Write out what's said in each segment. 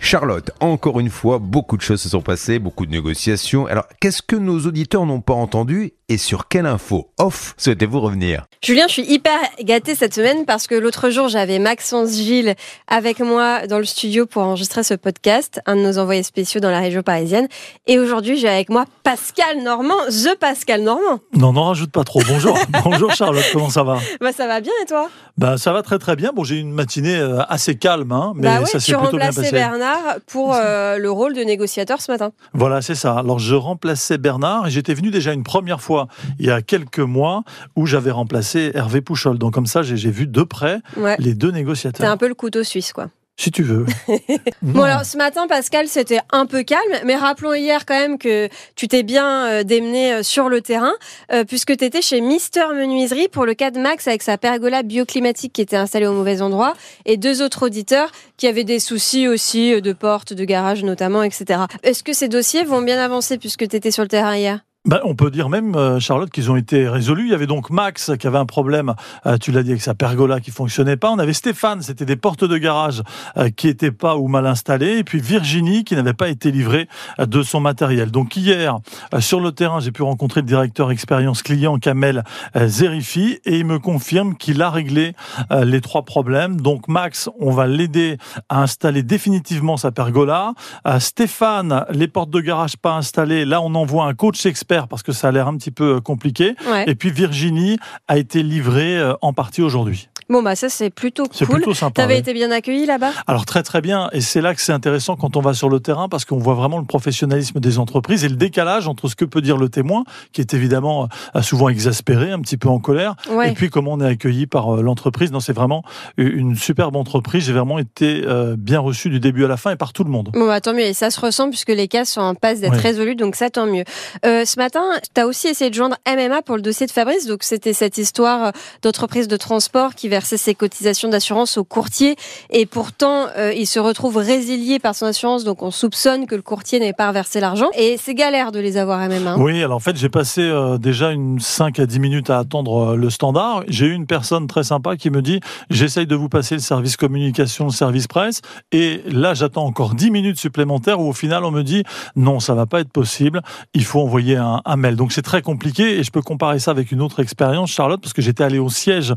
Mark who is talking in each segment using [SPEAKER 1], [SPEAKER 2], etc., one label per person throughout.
[SPEAKER 1] Charlotte, encore une fois, beaucoup de choses se sont passées, beaucoup de négociations. Alors, qu'est-ce que nos auditeurs n'ont pas entendu et sur quelle info off souhaitez-vous revenir
[SPEAKER 2] Julien, je suis hyper gâtée cette semaine parce que l'autre jour, j'avais Maxence Gilles avec moi dans le studio pour enregistrer ce podcast, un de nos envoyés spéciaux dans la région parisienne. Et aujourd'hui, j'ai avec moi Pascal Normand, The Pascal Normand.
[SPEAKER 3] Non, n'en rajoute pas trop. Bonjour, bonjour Charlotte, comment ça va
[SPEAKER 2] Bah, ça va bien et toi
[SPEAKER 3] Bah, ça va très très bien. Bon, j'ai eu une matinée euh, assez calme, hein, mais
[SPEAKER 2] Bah ouais,
[SPEAKER 3] ça
[SPEAKER 2] tu
[SPEAKER 3] s'est plutôt bien
[SPEAKER 2] remplaçais
[SPEAKER 3] passé.
[SPEAKER 2] Bernard pour euh, le rôle de négociateur ce matin.
[SPEAKER 3] Voilà, c'est ça. Alors, je remplaçais Bernard et j'étais venu déjà une première fois il y a quelques mois où j'avais remplacé Hervé Pouchol. Donc, comme ça, j'ai j'ai vu de près
[SPEAKER 2] Ouais.
[SPEAKER 3] les deux
[SPEAKER 2] T'es
[SPEAKER 3] négociateurs.
[SPEAKER 2] un peu le couteau suisse, quoi.
[SPEAKER 3] Si tu veux. Non.
[SPEAKER 2] Bon alors ce matin Pascal c'était un peu calme mais rappelons hier quand même que tu t'es bien euh, démené euh, sur le terrain euh, puisque tu étais chez Mister Menuiserie pour le cas de Max avec sa pergola bioclimatique qui était installée au mauvais endroit et deux autres auditeurs qui avaient des soucis aussi euh, de porte, de garage notamment etc. Est-ce que ces dossiers vont bien avancer puisque tu étais sur le terrain hier
[SPEAKER 3] Ben, on peut dire même, euh, Charlotte, qu'ils ont été résolus. Il y avait donc Max qui avait un problème, euh, tu l'as dit, avec sa pergola qui fonctionnait pas. On avait Stéphane, c'était des portes de garage euh, qui étaient pas ou mal installées. Et puis Virginie qui n'avait pas été livrée euh, de son matériel. Donc hier, euh, sur le terrain, j'ai pu rencontrer le directeur expérience client Kamel euh, Zerifi et il me confirme qu'il a réglé euh, les trois problèmes. Donc Max, on va l'aider à installer définitivement sa pergola. Euh, Stéphane, les portes de garage pas installées. Là, on envoie un coach expert parce que ça a l'air un petit peu euh, compliqué.
[SPEAKER 2] Ouais.
[SPEAKER 3] Et puis Virginie a été livrée euh, en partie aujourd'hui.
[SPEAKER 2] Bon bah ça c'est plutôt
[SPEAKER 3] C'est
[SPEAKER 2] cool.
[SPEAKER 3] plutôt sympa.
[SPEAKER 2] T'avais
[SPEAKER 3] ouais.
[SPEAKER 2] été bien accueilli là-bas
[SPEAKER 3] Alors très très bien. Et c'est là que c'est intéressant quand on va sur le terrain parce qu'on voit vraiment le professionnalisme des entreprises et le décalage entre ce que peut dire le témoin, qui est évidemment euh, souvent exaspéré, un petit peu en colère, et
[SPEAKER 2] Ouais.
[SPEAKER 3] puis comment on est accueilli par euh, l'entreprise. Non, c'est vraiment une superbe entreprise. J'ai vraiment été euh, bien reçu du début à la fin et par tout le monde.
[SPEAKER 2] Bon, bah, tant mieux. Et ça se ressent puisque les cas sont en passe d'être
[SPEAKER 3] Ouais.
[SPEAKER 2] résolus, donc ça, tant mieux. Euh, ce matin, tu as aussi essayé de joindre MMA pour le dossier de Fabrice. Donc, c'était cette histoire euh, d'entreprise de transport qui versait ses cotisations d'assurance au courtier. Et pourtant, euh, il se retrouve résilié par son assurance. Donc, on soupçonne que le courtier n'ait pas reversé l'argent. Et c'est galère de les avoir MMA. hein.
[SPEAKER 3] Oui, alors en fait, j'ai passé euh, déjà une 5 à 10 minutes à attendre euh, le standard. J'ai eu une personne très sympa qui me dit J'essaye de vous passer le service communication, le service presse. Et là, j'attends encore 10 minutes supplémentaires où au final, on me dit Non, ça va pas être possible. Il faut envoyer un, un mail. Donc c'est très compliqué et je peux comparer ça avec une autre expérience, Charlotte, parce que j'étais allé au siège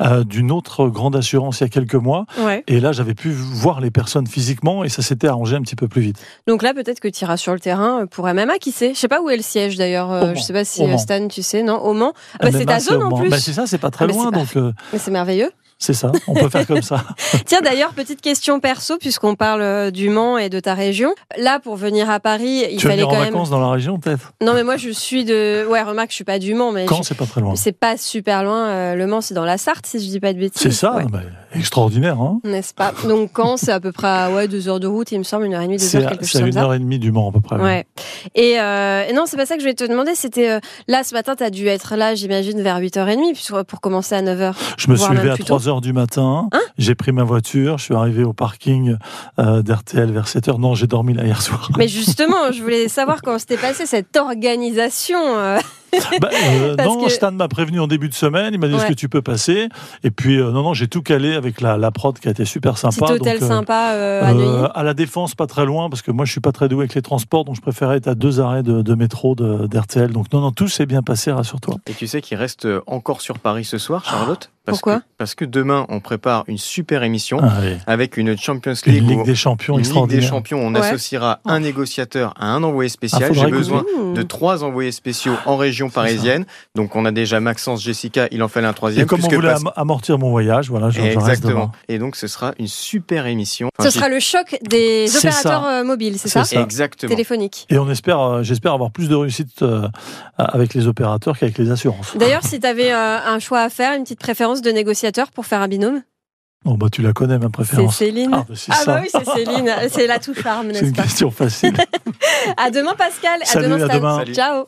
[SPEAKER 3] euh, d'une autre grande assurance il y a quelques mois.
[SPEAKER 2] Ouais.
[SPEAKER 3] Et là, j'avais pu voir les personnes physiquement et ça s'était arrangé un petit peu plus vite.
[SPEAKER 2] Donc là, peut-être que tu iras sur le terrain euh, pour MMA. Qui sait Je sais pas où est le siège d'ailleurs.
[SPEAKER 3] Au
[SPEAKER 2] Euh,
[SPEAKER 3] Mans.
[SPEAKER 2] Je sais pas si
[SPEAKER 3] Au
[SPEAKER 2] euh,
[SPEAKER 3] Mans.
[SPEAKER 2] Stan, tu sais, non Au Mans. Ah, bah, c'est
[SPEAKER 3] MMA,
[SPEAKER 2] ta zone
[SPEAKER 3] au
[SPEAKER 2] en
[SPEAKER 3] Mans.
[SPEAKER 2] plus.
[SPEAKER 3] Bah, c'est ça, c'est pas très
[SPEAKER 2] Ah, mais
[SPEAKER 3] loin.
[SPEAKER 2] c'est
[SPEAKER 3] Donc euh,
[SPEAKER 2] Mais c'est merveilleux.
[SPEAKER 3] c'est ça, on peut faire comme ça.
[SPEAKER 2] Tiens d'ailleurs, petite question perso, puisqu'on parle euh, du Mans et de ta région. Là, pour venir à Paris, il
[SPEAKER 3] tu vas
[SPEAKER 2] fallait
[SPEAKER 3] venir en
[SPEAKER 2] quand même...
[SPEAKER 3] vacances dans la région peut-être
[SPEAKER 2] Non mais moi, je suis de... Ouais, remarque, je suis pas du Mans, mais...
[SPEAKER 3] Quand
[SPEAKER 2] Euh, je-
[SPEAKER 3] c'est pas très loin.
[SPEAKER 2] C'est pas super loin. euh, Le Mans, c'est dans la Sarthe, si je dis pas de bêtises.
[SPEAKER 3] C'est ça,
[SPEAKER 2] Ouais,
[SPEAKER 3] bah, extraordinaire. Hein
[SPEAKER 2] N'est-ce pas Donc Caen, c'est à peu près à, ouais, deux heures de route, il me semble, une heure et demie, deux
[SPEAKER 3] c'est
[SPEAKER 2] heures,
[SPEAKER 3] à,
[SPEAKER 2] quelque
[SPEAKER 3] c'est
[SPEAKER 2] chose
[SPEAKER 3] à
[SPEAKER 2] comme
[SPEAKER 3] une
[SPEAKER 2] ça.
[SPEAKER 3] heure et demie du Mans à peu près. oui.
[SPEAKER 2] Ouais. Et, euh, et non, c'est pas ça que je voulais te demander. C'était euh, là ce matin, t'as dû être là, j'imagine, vers 8h30 puisque- pour commencer à 9h.
[SPEAKER 3] Je me
[SPEAKER 2] Voire
[SPEAKER 3] suis levé
[SPEAKER 2] même
[SPEAKER 3] à
[SPEAKER 2] plus Hein
[SPEAKER 3] 3 heures du matin. j'ai pris ma voiture. Je suis arrivé au parking euh, d'RTL vers 7 heures. Non, j'ai dormi là hier soir.
[SPEAKER 2] Mais justement, je voulais savoir comment s'était passée cette organisation. euh,
[SPEAKER 3] Bah, euh,
[SPEAKER 2] Parce
[SPEAKER 3] non,
[SPEAKER 2] que-
[SPEAKER 3] Stan m'a prévenu en début de semaine. Il m'a dit est-ce
[SPEAKER 2] Ouais.
[SPEAKER 3] que tu peux passer Et puis, euh, non, non, j'ai tout calé avec la, la prod qui a été super sympa.
[SPEAKER 2] Petit hôtel
[SPEAKER 3] donc, euh,
[SPEAKER 2] sympa euh, à Neuilly.
[SPEAKER 3] Euh, à la Défense, pas très loin, parce que moi je suis pas très doué avec les transports, donc je préférais être à deux arrêts de, de métro de- d'RTL. Donc non, non, tout s'est bien passé, rassure-toi.
[SPEAKER 4] Et tu sais qu'il reste encore sur Paris ce soir, Charlotte
[SPEAKER 2] Oh,
[SPEAKER 4] parce
[SPEAKER 2] Pourquoi
[SPEAKER 4] que, Parce que demain, on prépare une super émission
[SPEAKER 3] Ah, oui.
[SPEAKER 4] avec une Champions
[SPEAKER 3] Une
[SPEAKER 4] League.
[SPEAKER 3] Ligue
[SPEAKER 4] où-
[SPEAKER 3] des Champions
[SPEAKER 4] une Ligue des
[SPEAKER 3] extraordinaire.
[SPEAKER 4] Champions. On
[SPEAKER 2] Ouais. Oh.
[SPEAKER 4] associera un négociateur à un envoyé spécial.
[SPEAKER 3] Ah, faudrait
[SPEAKER 4] J'ai
[SPEAKER 3] que-
[SPEAKER 4] besoin
[SPEAKER 2] Mmh.
[SPEAKER 4] de trois envoyés spéciaux en région
[SPEAKER 3] ça.
[SPEAKER 4] parisienne. Donc, on a déjà Maxence, Jessica, il en fallait un
[SPEAKER 3] Et
[SPEAKER 4] troisième.
[SPEAKER 3] comme on
[SPEAKER 4] puisque
[SPEAKER 3] voulait
[SPEAKER 4] Pas-
[SPEAKER 3] am- amortir mon voyage, voilà, je, je reste
[SPEAKER 4] Exactement.
[SPEAKER 3] demain.
[SPEAKER 4] Et donc, ce sera une super émission.
[SPEAKER 2] Ce
[SPEAKER 4] Enfin,
[SPEAKER 2] sera le choc des
[SPEAKER 3] C'est
[SPEAKER 2] opérateurs euh, mobiles, c'est ça,
[SPEAKER 3] C'est
[SPEAKER 4] Exactement.
[SPEAKER 2] Téléphonique.
[SPEAKER 3] Et on espère, euh, j'espère avoir plus de réussite euh, avec les opérateurs qu'avec les assurances.
[SPEAKER 2] D'ailleurs, si tu avais un choix à faire, une petite préférence de négociateur pour faire un binôme,
[SPEAKER 3] Bon, bah, tu la connais, ma
[SPEAKER 2] c'est
[SPEAKER 3] préférence.
[SPEAKER 2] Céline.
[SPEAKER 3] Ah, bah, c'est
[SPEAKER 2] Ah
[SPEAKER 3] ça.
[SPEAKER 2] bah oui, c'est Céline, c'est la touche charme,
[SPEAKER 3] c'est
[SPEAKER 2] n'est-ce
[SPEAKER 3] une
[SPEAKER 2] pas
[SPEAKER 3] question facile.
[SPEAKER 2] À demain Pascal, à
[SPEAKER 3] Salut,
[SPEAKER 2] demain
[SPEAKER 3] à
[SPEAKER 2] Stan.
[SPEAKER 3] demain.
[SPEAKER 4] Salut.
[SPEAKER 2] Ciao.